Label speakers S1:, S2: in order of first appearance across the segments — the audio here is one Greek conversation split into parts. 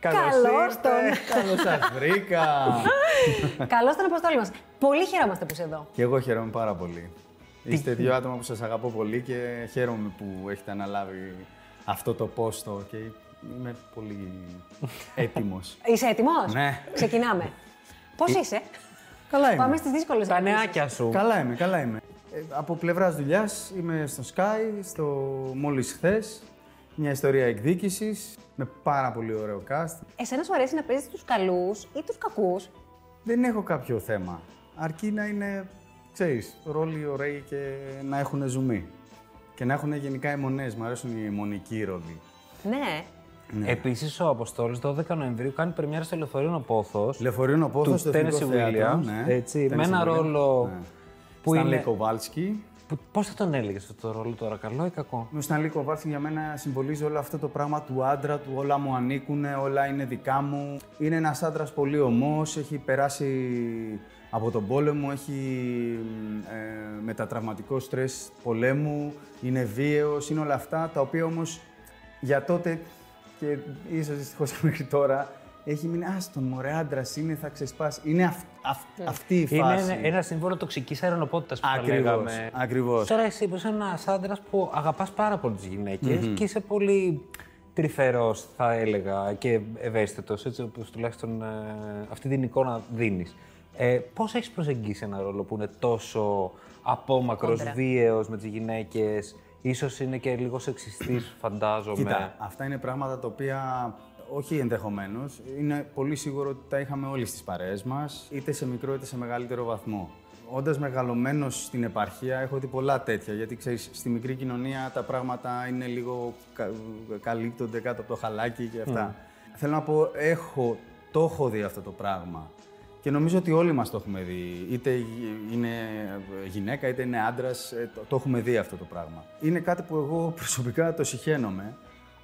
S1: Καλώς
S2: Καλώς
S1: ήρθε.
S2: τον.
S1: Καλώς σας βρήκα.
S2: Καλώς τον Αποστόλη μας. Πολύ χαιρόμαστε που είσαι εδώ.
S1: και εγώ χαίρομαι πάρα πολύ. Είστε δύο άτομα που σας αγαπώ πολύ και χαίρομαι που έχετε αναλάβει αυτό το πόστο και είμαι πολύ έτοιμος.
S2: Είσαι έτοιμος.
S1: Ναι.
S2: Ξεκινάμε. Πώς είσαι,
S1: Καλά είμαι.
S2: Πάμε στις δύσκολες
S3: Τα νεάκια σου.
S1: Καλά είμαι, καλά είμαι. Ε, από πλευράς δουλειάς είμαι στο Sky, στο μόλις χθες. Μια ιστορία εκδίκησης με πάρα πολύ ωραίο cast.
S2: Εσένα σου αρέσει να παίζεις τους καλούς ή τους κακούς.
S1: Δεν έχω κάποιο θέμα. Αρκεί να είναι, ξέρεις, ρόλοι ωραίοι και να έχουν ζουμί. Και να έχουν γενικά αιμονές. Μ' αρέσουν οι αιμονικοί ρόλοι.
S2: Ναι.
S3: Επίσης, ο Αποστόλης 12 Νοεμβρίου κάνει πρεμιέρα στο Ελευθερίνο Πόθος.
S1: Λεωφορείων ο Πόθος στο Εθνικό ναι.
S3: Tennessee
S1: Θέατρο.
S3: Williams, έτσι, με ένα ρόλο
S1: Που
S3: που
S1: Στανλή
S3: είναι-
S1: Ναι. Κοβάλσκι.
S3: Που- Πώς θα τον έλεγες αυτό το ρόλο τώρα, καλό ή κακό.
S1: Ο Στανλή Κοβάλσκι για μένα συμβολίζει όλο αυτό το πράγμα του άντρα του. Όλα μου ανήκουν, όλα είναι δικά μου. Είναι ένας άντρας πολύ ομός, έχει περάσει από τον πόλεμο, έχει ε, μετατραυματικό στρες πολέμου, είναι βίαιος, είναι όλα αυτά τα οποία όμως για τότε και ίσως δυστυχώς και μέχρι τώρα έχει μείνει άστον μωρέ άντρας είναι, θα ξεσπάσει. Είναι αυ- αυ- αυτή η
S3: Ναι. Είναι
S1: φάση.
S3: ένα, ένα σύμβολο τοξικής αερονοπότητας που θα
S1: Ακριβώς,
S3: λέγαμε.
S1: ακριβώς.
S3: Τώρα εσύ είσαι ένας άντρας που αγαπάς πάρα πολύ τις γυναικες και είσαι πολύ τρυφερός θα έλεγα και ευαίσθητος, έτσι όπως τουλάχιστον ε, αυτή την εικόνα δίνεις. Ε, πώς έχεις προσεγγίσει ένα ρόλο που είναι τόσο απόμακρος,
S2: Κόντρα.
S3: βίαιος με τις γυναίκες, ίσως είναι και λίγο σεξιστής φαντάζομαι.
S1: Κοίτα, αυτά είναι πράγματα τα οποία όχι ενδεχομένως, είναι πολύ σίγουρο ότι τα είχαμε όλοι στις παρέες μας, είτε σε μικρό είτε σε μεγαλύτερο βαθμό. Όντας μεγαλωμένος στην επαρχία, έχω δει πολλά τέτοια. Γιατί ξέρεις, στη μικρή κοινωνία τα πράγματα είναι λίγο. κα- καλύπτονται κάτω από το χαλάκι και αυτά. Θέλω να πω, έχω, το έχω δει αυτό το πράγμα. Και νομίζω ότι όλοι μας το έχουμε δει. Είτε γι- είναι γυναίκα, είτε είναι άντρας, ε, το, το έχουμε δει αυτό το πράγμα. Είναι κάτι που εγώ προσωπικά το συχαίνομαι,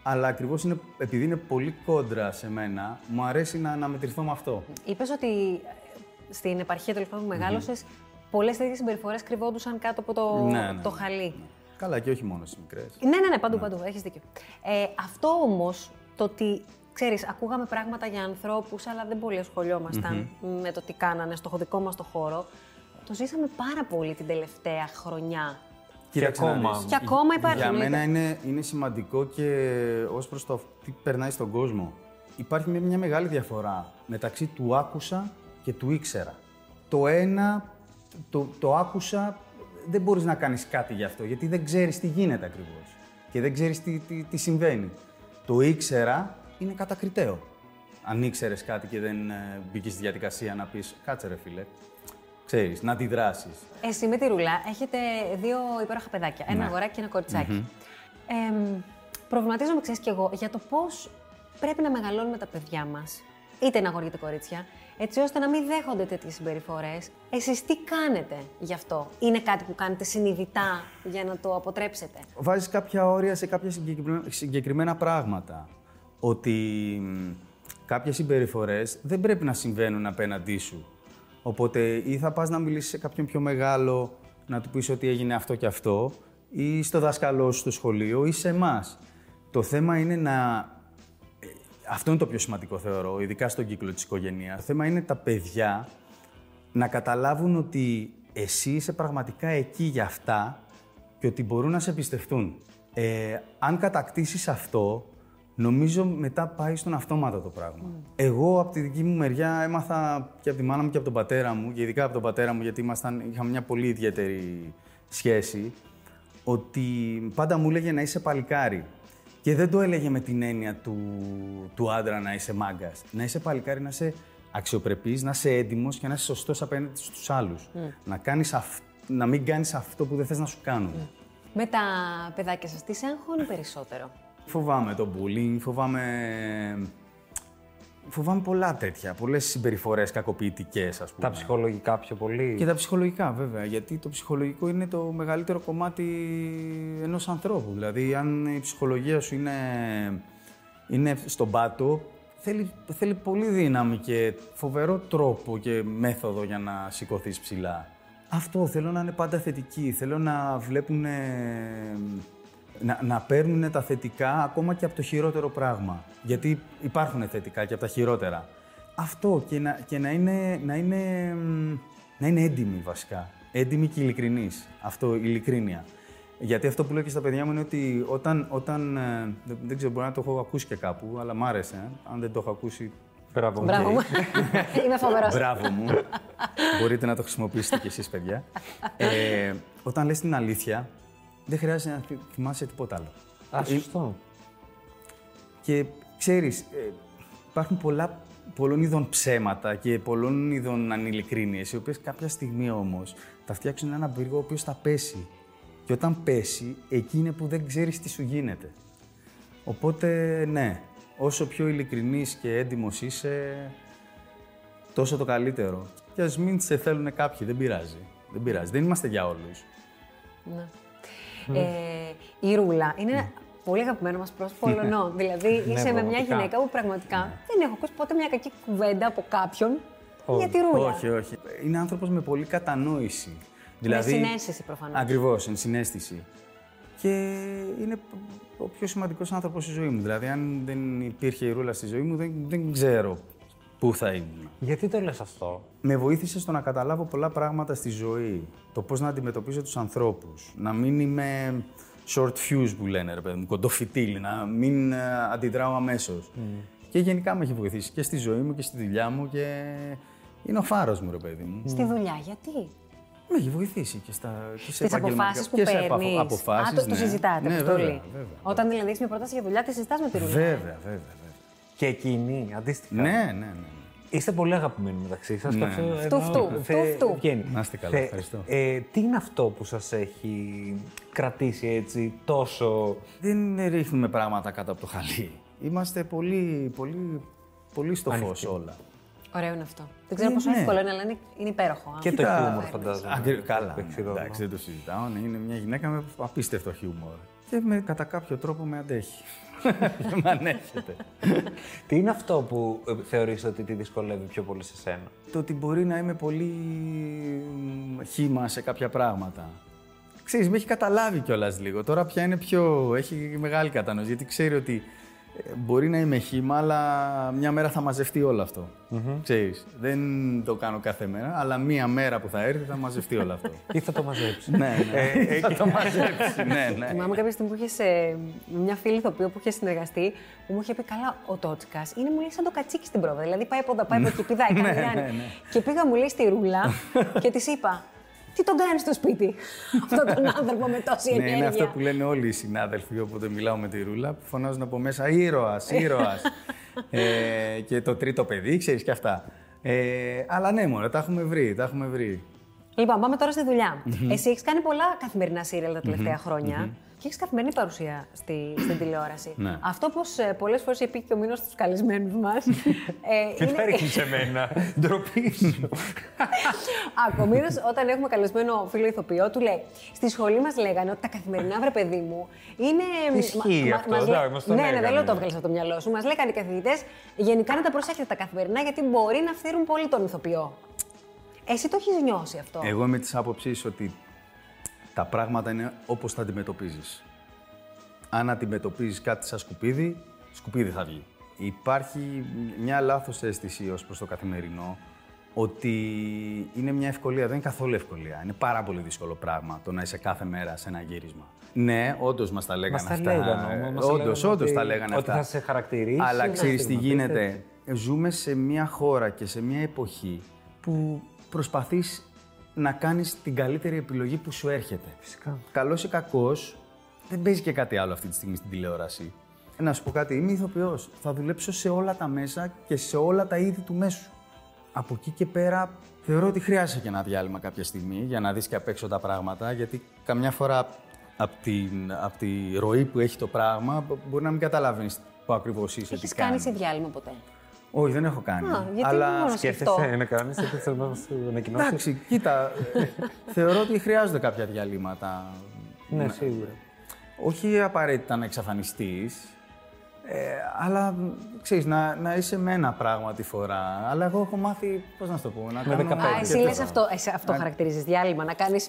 S1: αλλά ακριβώς είναι, επειδή είναι πολύ κόντρα σε μένα, μου αρέσει να αναμετρηθώ με αυτό.
S2: Είπες ότι ε, στην επαρχία τέλος πάντων που μεγάλωσες, πολλές τέτοιες συμπεριφορές κρυβόντουσαν κάτω από το,
S1: Ναι, ναι,
S2: το
S1: ναι.
S2: χαλί.
S1: Καλά και όχι μόνο στις μικρές.
S2: Ναι, ναι, ναι, παντού, παντού. Έχεις δίκιο. Ε, αυτό όμως το ότι ξέρεις, ακούγαμε πράγματα για ανθρώπους, αλλά δεν πολύ ασχολιόμασταν με το τι κάνανε στο δικό μας το χώρο. Το ζήσαμε πάρα πολύ την τελευταία χρονιά.
S1: Κοίταξε να
S3: ακόμα.
S1: δεις.
S2: Και ακόμα υπάρχει.
S1: Για
S2: εννοείται.
S1: μένα είναι, είναι σημαντικό και ως προς το τι περνάει στον κόσμο. Υπάρχει μια- μια μεγάλη διαφορά μεταξύ του άκουσα και του ήξερα. Το ένα, το, το άκουσα, δεν μπορείς να κάνεις κάτι γι' αυτό, γιατί δεν ξέρεις τι γίνεται ακριβώς. Και δεν ξέρεις τι, τι, τι συμβαίνει. Το ήξερα είναι κατακριτέο. Αν ήξερες κάτι και δεν μπήκες στη διαδικασία να πεις «Κάτσε ρε φίλε», ξέρεις, να αντιδράσεις.
S2: Εσύ με τη ρουλά έχετε δύο υπέροχα παιδάκια. Ένα αγοράκι και ένα κοριτσάκι. Εμ, προβληματίζομαι, ξέρεις κι εγώ, για το πώς πρέπει να μεγαλώνουμε τα παιδιά μας, είτε είναι αγόρια είτε κορίτσια, έτσι ώστε να μην δέχονται τέτοιες συμπεριφορές. Εσείς τι κάνετε γι' αυτό, Είναι κάτι που κάνετε συνειδητά για να το αποτρέψετε.
S1: βάζεις κάποια όρια σε κάποια συγκεκριμέ- συγκεκριμένα πράγματα. Ότι μ, κάποιες συμπεριφορές δεν πρέπει να συμβαίνουν απέναντί σου. Οπότε ή θα πας να μιλήσεις σε κάποιον πιο μεγάλο, να του πεις ότι έγινε αυτό και αυτό, ή στο δάσκαλό σου στο σχολείο, ή σε εμάς. Το θέμα είναι να ε, αυτό είναι το πιο σημαντικό θεωρώ, ειδικά στον κύκλο της οικογένειας. Το θέμα είναι τα παιδιά να καταλάβουν ότι εσύ είσαι πραγματικά εκεί για αυτά και ότι μπορούν να σε εμπιστευτούν. Ε, αν κατακτήσεις αυτό, νομίζω μετά πάει στον αυτόματο το πράγμα. Εγώ από τη δική μου μεριά έμαθα και από τη μάνα μου και από τον πατέρα μου, και ειδικά από τον πατέρα μου γιατί ήμασταν, είχαμε μια πολύ ιδιαίτερη σχέση, ότι πάντα μου έλεγε να είσαι παλικάρι. Και δεν το έλεγε με την έννοια του, του άντρα να είσαι μάγκας. Να είσαι παλικάρι, να είσαι αξιοπρεπής, να είσαι έντιμος και να είσαι σωστός απέναντι στους άλλους. Να, κάνεις αυ- να μην κάνεις αυτό που δεν θες να σου κάνουν.
S2: Με τα παιδάκια σας, τι σε αγχώνει περισσότερο.
S1: Φοβάμαι το bullying, φοβάμαι. Φοβάμαι πολλά τέτοια. Πολλές συμπεριφορές κακοποιητικές, ας πούμε.
S3: Τα ψυχολογικά πιο πολύ.
S1: Και τα ψυχολογικά, βέβαια. Γιατί το ψυχολογικό είναι το μεγαλύτερο κομμάτι ενός ανθρώπου. Δηλαδή, αν η ψυχολογία σου είναι, είναι στον πάτο, θέλει, θέλει πολύ δύναμη και φοβερό τρόπο και μέθοδο για να σηκωθείς ψηλά. Αυτό θέλω να είναι πάντα θετική. Θέλω να βλέπουν ε, να, να παίρνουν τα θετικά ακόμα και από το χειρότερο πράγμα. Γιατί υπάρχουν θετικά και από τα χειρότερα. Αυτό και να, και να, είναι, να, είναι, μ, να είναι έντιμοι βασικά. Έντιμοι και ειλικρινεί. Αυτό, ειλικρίνεια. Γιατί αυτό που λέω και στα παιδιά μου είναι ότι όταν. όταν ε, δεν, δεν ξέρω, μπορεί να το έχω ακούσει και κάπου, αλλά μ' άρεσε. ε. Αν δεν το έχω ακούσει.
S3: Μπράβο.
S2: Μπράβο μου. Είμαι φοβερός.
S1: Μπράβο μου. Μπορείτε να το χρησιμοποιήσετε κι εσείς, παιδιά. Ε, όταν λες την αλήθεια, δεν χρειάζεται να θυ- θυμάσαι τίποτα άλλο.
S3: Α, σωστό.
S1: Και ξέρεις, ε, υπάρχουν πολλά, πολλών είδων ψέματα και πολλών είδων ανηλικρίνειες, οι οποίες κάποια στιγμή όμως θα φτιάξουν έναν πύργο ο οποίος θα πέσει. Και όταν πέσει, εκεί είναι που δεν ξέρεις τι σου γίνεται. Οπότε, ναι, όσο πιο ειλικρινής και έντιμος είσαι, τόσο το καλύτερο. Και ας μην σε θέλουν κάποιοι, δεν πειράζει. Δεν πειράζει, δεν είμαστε για όλους.
S2: Ναι. Ε, η Ρούλα είναι
S1: Ναι.
S2: ένα πολύ αγαπημένο μας πρόσωπο ολονό. δηλαδή είσαι με μια
S3: πραγματικά.
S2: γυναίκα που πραγματικά δεν έχω ακούσει ποτέ μια κακή κουβέντα από κάποιον για τη Ρούλα.
S1: Ναι. Όχι, όχι. Είναι άνθρωπος με πολύ κατανόηση. Δηλαδή,
S2: συνέστηση προφανώς.
S1: Ακριβώς, εν συνέστηση. Και είναι ο πιο σημαντικός άνθρωπος στη ζωή μου. Δηλαδή, αν δεν υπήρχε η ρούλα στη ζωή μου, δεν, δεν ξέρω πού θα ήμουν.
S3: Γιατί το λες αυτό.
S1: Με βοήθησε στο να καταλάβω πολλά πράγματα στη ζωή. Το πώς να αντιμετωπίζω τους ανθρώπους. Να μην είμαι short fuse που λένε, ρε παιδί μου, κοντοφυτίλη, να μην ε, αντιδράω αμέσως. Και γενικά με έχει βοηθήσει και στη ζωή μου και στη δουλειά μου και είναι ο φάρος μου, ρε παιδί μου.
S2: Στη δουλειά, γιατί.
S1: Με έχει βοηθήσει και, στα, και σε
S2: Τι αποφάσει
S1: επαγγελματικά-
S2: που
S1: και σε επαφο-
S2: παίρνει.
S1: αποφάσεις,
S2: το, το
S1: ναι.
S2: συζητάτε
S1: ναι,
S2: αυτό
S1: βέβαια,
S2: πολύ.
S1: βέβαια.
S2: Όταν δηλαδή έχεις μια πρόταση για δουλειά, τη συζητάς με τη Ρούλα.
S1: Βέβαια, βέβαια, βέβαια.
S3: Και εκείνη, αντίστοιχα.
S1: Ναι, ναι, ναι.
S3: Είστε πολύ αγαπημένοι μεταξύ σας.
S1: Ναι.
S2: Φτου, φτου, φτου, φτου.
S1: Να είστε καλά, ευχαριστώ.
S3: Ε, τι είναι αυτό που σας έχει κρατήσει έτσι τόσο.
S1: Δεν ρίχνουμε πράγματα κάτω από το χαλί. Είμαστε πολύ, πολύ, πολύ στο φως όλα.
S2: Ωραίο είναι αυτό. Δεν ξέρω
S1: Ε,
S2: πόσο
S1: ναι.
S2: εύκολο είναι, αλλά είναι, είναι υπέροχο.
S3: Και Ε, το
S1: Κοίτα,
S3: χιούμορ, φαντάζομαι.
S1: Ακρι- Καλά,
S3: Παίξει
S1: ναι,
S3: ρόλο.
S1: εντάξει, δεν το συζητάω. ναι, Είναι μια γυναίκα με απίστευτο χιούμορ. Και με, κατά κάποιο τρόπο με αντέχει. Και με ανέχεται.
S3: Τι είναι αυτό που ε, θεωρείς ότι τη δυσκολεύει πιο πολύ σε σένα.
S1: το ότι μπορεί να είμαι πολύ μ, χήμα σε κάποια πράγματα. Ξέρεις, με έχει καταλάβει κιόλας λίγο. Τώρα πια είναι πιο. έχει μεγάλη κατανόηση. Γιατί ξέρει ότι ε, μπορεί να είμαι χήμα, αλλά μια μέρα θα μαζευτεί όλο αυτό. Ξέρεις, δεν το κάνω κάθε μέρα, αλλά μια μέρα που θα έρθει θα μαζευτεί όλο αυτό.
S3: Ή θα το μαζέψεις.
S1: ναι, ναι. θα το μαζέψεις. ναι, ναι.
S2: Θυμάμαι κάποια στιγμή που είχες μια φίλη ηθοποιό που είχε συνεργαστεί, που μου είχε πει: Καλά, ο Τότσικα είναι μου λέει σαν το κατσίκι στην πρόβα. Δηλαδή πάει από εδώ, πάει από εκεί, πηδάει, κάνει,
S1: Ναι,
S2: κάνει.
S1: ναι, ναι.
S2: Και πήγα μου λέει στη ρούλα και της είπα: Τι τον κάνεις στο σπίτι, αυτόν τον άνθρωπο με τόση
S1: Ναι, είναι αυτό
S2: ενέργεια.
S1: που λένε όλοι οι συνάδελφοι όποτε μιλάω με τη Ρούλα, που φωνάζουν από μέσα ήρωας, ήρωας. ε, και το τρίτο παιδί, ξέρεις και αυτά. Ε, αλλά ναι, μωρέ, τα έχουμε βρει, τα έχουμε βρει.
S2: Λοιπόν, πάμε τώρα στη δουλειά. Εσύ έχεις κάνει πολλά καθημερινά σύριαλ τα τελευταία χρόνια και έχεις καθημερινή παρουσία στη, στην τηλεόραση.
S1: Ναι.
S2: Αυτό ε, που πολλές φορές είπε και ο μήνος στους καλεσμένους μας. ε,
S3: Μην τα
S2: είναι-
S3: ρίχνει σε μένα. Ντροπή σου.
S2: Ακομήρω, όταν έχουμε καλεσμένο φίλο ηθοποιό, του λέει: Στη σχολή μας λέγανε ότι τα καθημερινά, βρε παιδί μου, είναι.
S3: Ισχύει αυτό,
S2: μας λέ-
S3: εντάξει, μας το
S2: Ναι, ναι,
S3: λέγανε.
S2: δεν λέω το έβγαλες από το μυαλό σου. Μας λέγανε οι καθηγητές γενικά να τα προσέχετε τα καθημερινά, γιατί μπορεί να φθείρουν πολύ τον ηθοποιό. Εσύ το έχεις νιώσει αυτό.
S1: Εγώ είμαι της άποψης ότι τα πράγματα είναι όπως τα αντιμετωπίζεις. Αν αντιμετωπίζεις κάτι σαν σκουπίδι, σκουπίδι θα βγει. Υπάρχει μια λάθος αίσθηση ως προς το καθημερινό ότι είναι μια ευκολία, δεν είναι καθόλου ευκολία. Είναι πάρα πολύ δύσκολο πράγμα το να είσαι κάθε μέρα σε ένα γύρισμα. Ναι, όντως μας τα λέγανε
S3: Μας τα
S1: αυτά.
S3: λέγανε όμως, μας
S1: Όντως,
S3: τα λέγανε
S1: όντως
S3: ότι-
S1: τα λέγανε
S3: ότι
S1: αυτά.
S3: θα σε χαρακτηρίσει,
S1: Αλλά
S3: να
S1: ξέρεις τι
S3: στιγματίσει.
S1: γίνεται. Ζούμε σε μια χώρα και σε μια εποχή που προσπαθείς να κάνεις την καλύτερη επιλογή που σου έρχεται.
S3: Φυσικά.
S1: Καλός ή κακός, δεν παίζει και κάτι άλλο αυτή τη στιγμή στην τηλεόραση. Να σου πω κάτι, είμαι ηθοποιός. Θα δουλέψω σε όλα τα μέσα και σε όλα τα είδη του μέσου. Από εκεί και πέρα θεωρώ ότι χρειάζεσαι και ένα διάλειμμα κάποια στιγμή για να δεις και απ' έξω τα πράγματα, γιατί καμιά φορά από την, απ' τη ροή που έχει το πράγμα μπο- μπορεί να μην καταλαβαίνεις που ακριβώς είσαι.
S2: Έχει
S1: τι
S2: κάνει
S1: κάνεις.
S2: εσύ διάλειμμα ποτέ.
S1: Όχι, δεν έχω κάνει.
S2: Α, γιατί
S1: ναι. αλλά
S2: μόνο
S3: Σκέφτεσαι να κάνει τέτοιε ανακοινώσεις.
S1: Εντάξει, κοίτα. ε, θεωρώ ότι χρειάζονται κάποια διαλύματα.
S3: Ναι, σίγουρα.
S1: Όχι απαραίτητα να εξαφανιστείς, ε, αλλά ξέρεις, να, να είσαι με ένα πράγμα τη φορά. Αλλά εγώ έχω μάθει, πώς να σου το πω, να κάνω.
S3: 15.
S2: Α,
S1: και
S2: εσύ λες
S1: τέτοια.
S2: αυτό, εσύ αυτό χαρακτηρίζεις διάλειμμα, να κάνει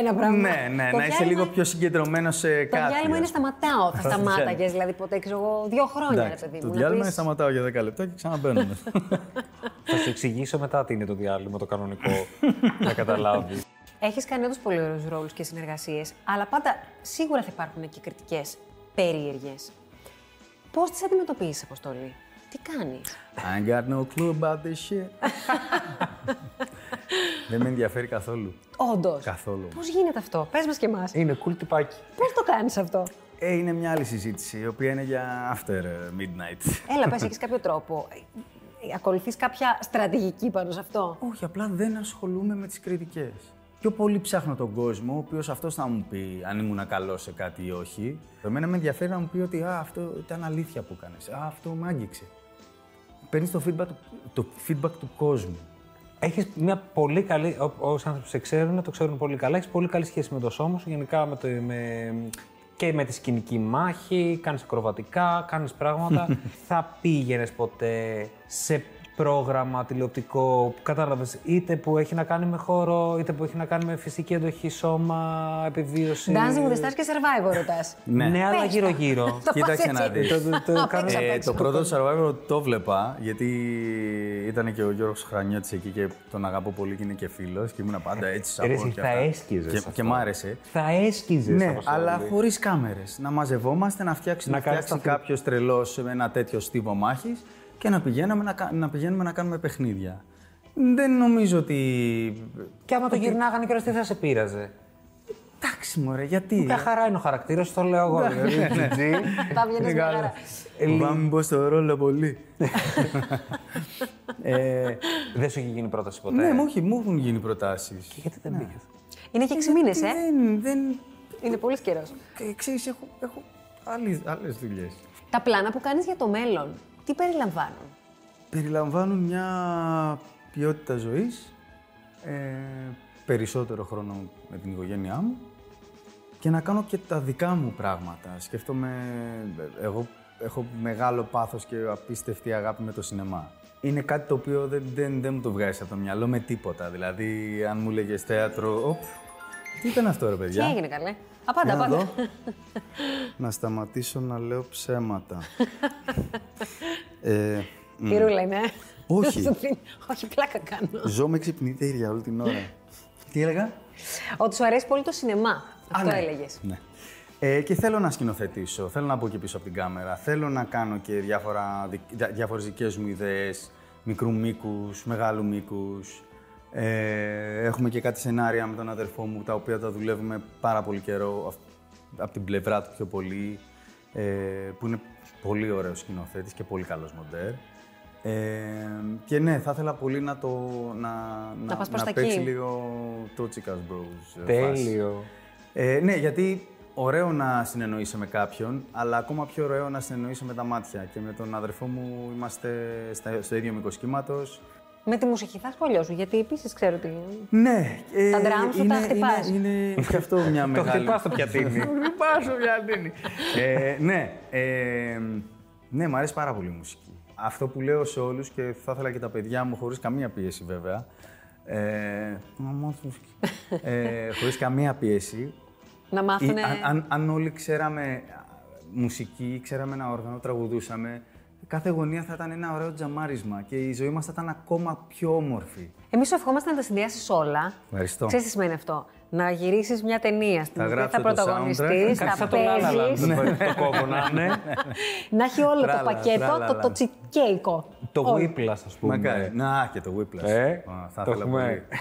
S2: Ένα πράγμα.
S1: Ναι, ναι,
S2: Το
S1: να είσαι
S2: διάλειμμα-
S1: λίγο πιο ναι. συγκεντρωμένος σε
S2: Το
S1: κάτι.
S2: διάλειμμα είναι
S1: ας πούμε.
S2: σταματάω. Θα σταμάταγε δηλαδή ποτέ, ξέρω εγώ, δύο χρόνια, ρε
S1: Εντάξει,
S2: παιδί μου.
S1: Το
S2: να
S1: διάλειμμα είναι
S2: πεις,
S1: σταματάω για 10 λεπτά και ξαναμπαίνουμε.
S3: Θα σου εξηγήσω μετά τι είναι το διάλειμμα, το κανονικό, να καταλάβεις.
S2: Έχεις κάνει όντως πολύ ωραίους ρόλους και συνεργασίες, αλλά πάντα σίγουρα θα υπάρχουν και κριτικές περίεργες. Πώς τις αντιμετωπίζεις, Αποστολή, τι κάνεις.
S1: I ain't got no clue about this shit. Δεν με ενδιαφέρει καθόλου.
S2: Όντως.
S1: Καθόλου.
S2: Πώς γίνεται αυτό, πες μας και εμάς.
S3: Είναι cool τυπάκι.
S2: Πώς το κάνεις αυτό.
S1: Ε, είναι μια άλλη συζήτηση, η οποία είναι για after ε, midnight.
S2: Έλα, πες, έχεις κάποιο τρόπο. Ακολουθείς κάποια στρατηγική πάνω σε αυτό.
S1: Όχι, απλά δεν ασχολούμαι με τις κριτικές. Πιο πολύ ψάχνω τον κόσμο, ο οποίος αυτός θα μου πει αν ήμουν καλός σε κάτι ή όχι. Εμένα με ενδιαφέρει να μου πει ότι α, αυτό ήταν αλήθεια που κάνεις, α, αυτό με άγγιξε. Παίρνεις το feedback, του- το feedback του κόσμου.
S3: Έχεις μια πολύ καλή. ό- Όσοι άνθρωποι σε ξέρουν, το ξέρουν πολύ καλά. Έχεις πολύ καλή σχέση με το σώμα σου, γενικά με το, με, και με τη σκηνική μάχη. Κάνεις ακροβατικά, κάνεις πράγματα. Θα πήγαινες ποτέ σε πρόγραμμα τηλεοπτικό που κατάλαβες είτε που έχει να κάνει με χώρο, είτε που έχει να κάνει με φυσική εντοχή, σώμα,
S1: Ε.
S3: επιβίωση.
S2: Dancing with the stars και survivor ρωτάς.
S3: Ναι, αλλά
S2: Πες τα.
S3: γύρω-γύρω.
S2: Το πας
S1: Κοίταξε
S2: έτσι.
S1: να δεις.
S3: Το- το- το
S2: Απ'
S3: κάνω
S2: έξω, απ'
S1: Ε,
S2: έξω.
S1: το πρώτο Survivor το βλέπα, γιατί ήταν και ο Γιώργος Χρανιώτης εκεί και τον αγαπώ πολύ και είναι και φίλος και ήμουν πάντα έτσι
S3: Ε, ρε,
S1: support και
S3: θα
S1: αυτά.
S3: έσκυζες
S1: Και-
S3: αυτό.
S1: Και μ' άρεσε.
S3: θα έσκυζες.
S1: Ναι, αλλά χωρίς κάμερες. Να μαζευόμαστε, να φτιάξει,
S3: Να
S1: να
S3: κάνεις
S1: φτιάξει
S3: τα
S1: κάποιος τρελός με ένα τέτοιο στίβο μάχης και να πηγαίνουμε να, κα- να, πηγαίνουμε να κάνουμε παιχνίδια. Δεν νομίζω ότι.
S3: Και άμα το γυρνάγανε κιόλα, τι θα σε πείραζε.
S1: Εντάξει, μωρέ, γιατί.
S3: Μια χαρά είναι ο χαρακτήρας, το λέω
S1: Ναι.
S3: εγώ. δηλαδή, GG.
S2: Θα βγαίνει μια χαρά.
S1: Πάμε μπω στο ρόλο πολύ. ε,
S3: Δεν σου έχει γίνει πρόταση ποτέ.
S1: ναι, μου, όχι, μου έχουν γίνει προτάσεις.
S3: Γιατί δεν πήγες.
S2: Είναι και 6 μήνε, ε.
S1: Δεν. δεν
S2: Είναι πολύς καιρός.
S1: ε, ξέρεις, έχω, έχω άλλες δουλειές.
S2: Τα πλάνα που κάνεις για το μέλλον, τι περιλαμβάνουν.
S1: περιλαμβάνουν μια ποιότητα ζωής, ε, περισσότερο χρόνο με την οικογένειά μου και να κάνω και τα δικά μου πράγματα. Σκέφτομαι, ε, εγώ έχω μεγάλο πάθος και απίστευτη αγάπη με το σινεμά. Είναι κάτι το οποίο δεν, δεν, δεν μου το βγάζεις από το μυαλό με τίποτα. Δηλαδή, αν μου λέγες θέατρο, οπ, τι ήταν αυτό ρε παιδιά.
S2: Τι έγινε καλέ. Απάντα,
S1: Για να
S2: απάντα.
S1: δω. να σταματήσω να λέω ψέματα. ε, μ.
S2: Η ρούλα είναι. ε.
S1: Όχι.
S2: Σου δίνει- Όχι, πλάκα κάνω.
S1: Ζω με ξυπνητήρια όλη την ώρα. Τι έλεγα?
S2: Ότι σου αρέσει πολύ το σινεμά. Αυτό έλεγες.
S1: Ναι. Ε, και θέλω να σκηνοθετήσω, θέλω να πω και πίσω από την κάμερα, θέλω να κάνω και διάφορα, δικ- δια- διάφορες δικές μου ιδέες, μικρού μήκους, μεγάλου μήκους. Ε, έχουμε και κάτι σενάρια με τον αδερφό μου, τα οποία τα δουλεύουμε πάρα πολύ καιρό, από την πλευρά του πιο πολύ, ε, που είναι πολύ ωραίος σκηνοθέτης και πολύ καλός μοντέρ. Ε, και ναι, θα ήθελα πολύ να το να, να,
S2: πας προς τα
S1: παίξει
S2: εκεί.
S1: λίγο το Chicas Bros. ε, φάση.
S3: Τέλειο.
S1: Ε, ναι, γιατί ωραίο να συνεννοείσαι με κάποιον, αλλά ακόμα πιο ωραίο να συνεννοείσαι με τα μάτια. Και με τον αδερφό μου είμαστε στα- στο ίδιο μήκος κύματο.
S2: Με τη μουσική θα σχολιάσω, γιατί επίσης ξέρω ότι.
S1: Ναι, ε,
S2: Τα drums σου τα
S1: είναι-
S2: χτυπάς.
S1: Είναι, είναι και αυτό μια
S3: Το
S1: μεγάλη.
S3: χτυπάς το πιατίνι.
S1: χτυπάς το πιατίνι. ε, ναι, ε, ναι, μου αρέσει πάρα πολύ η μουσική. Αυτό που λέω σε όλους και θα ήθελα και τα παιδιά μου, χωρίς καμία πίεση βέβαια. Ε, να μάθω μουσική. ε, χωρίς καμία πίεση,
S2: Να μάθουν.
S1: Ή αν, αν, αν όλοι ξέραμε α, μουσική, ξέραμε ένα όργανο, τραγουδούσαμε, κάθε γωνία θα ήταν ένα ωραίο τζαμάρισμα και η ζωή μας θα ήταν ακόμα πιο όμορφη.
S2: Εμείς σου ευχόμαστε να τα συνδυάσεις όλα.
S1: Ευχαριστώ.
S2: Ξέρεις τι σημαίνει αυτό. Να γυρίσεις μια ταινία στην
S1: Θα
S2: οποία
S1: γράψω
S2: θα
S1: το
S2: πρωταγωνιστείς,
S1: soundtrack.
S2: θα
S3: Κάτσε το λάλα
S2: παίζεις.
S3: το κόβω να είναι.
S2: Να έχει όλο το
S1: Τράλα,
S2: πακέτο,
S1: τράλα,
S2: το, το
S1: Ναι. λάλα.
S2: τσικέικο.
S3: Το
S2: Όλο.
S3: Whiplash, ας
S1: Μακάρι.
S3: πούμε.
S1: Να, και το Whiplash.
S3: Ε,
S1: Α, θα
S3: το
S1: ήθελα
S3: έχουμε.
S1: πολύ.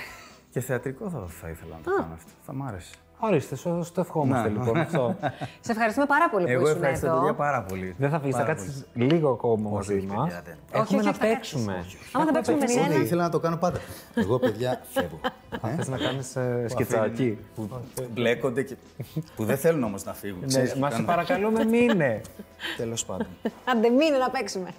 S1: Και θεατρικό θα, θα ήθελα να το κάνω αυτό. Θα μ' άρεσε.
S3: Ορίστε, σου σου το ευχόμαστε
S1: Να.
S3: λοιπόν αυτό.
S2: Σε ευχαριστούμε πάρα πολύ που
S1: Εγώ
S2: ήσουν
S1: ευχαριστώ
S2: εδώ.
S1: παιδιά πάρα πολύ.
S3: Δεν θα φύγει, θα
S1: Πάρα
S3: κάτσεις λίγο ακόμα μαζί
S1: όχι,
S3: μα.
S1: παιδιά, δεν. Όχι,
S3: Έχουμε
S2: όχι,
S3: να
S2: θα κάτσεις.
S3: παίξουμε.
S2: Άμα θα παίξουμε με
S1: πολύ.
S2: σένα.
S1: Ναι, ήθελα να το κάνω πάντα. Εγώ, παιδιά, φεύγω. Ε,
S3: Θες να κάνεις σκετσάκι.
S1: που μπλέκονται και. που δεν θέλουν όμως να φύγουν. ξέρεις, που
S3: Ναι, Μα σε
S1: κάνουν-
S3: παρακαλούμε, μείνε.
S1: Τέλος πάντων.
S2: Άντε, μείνε να παίξουμε.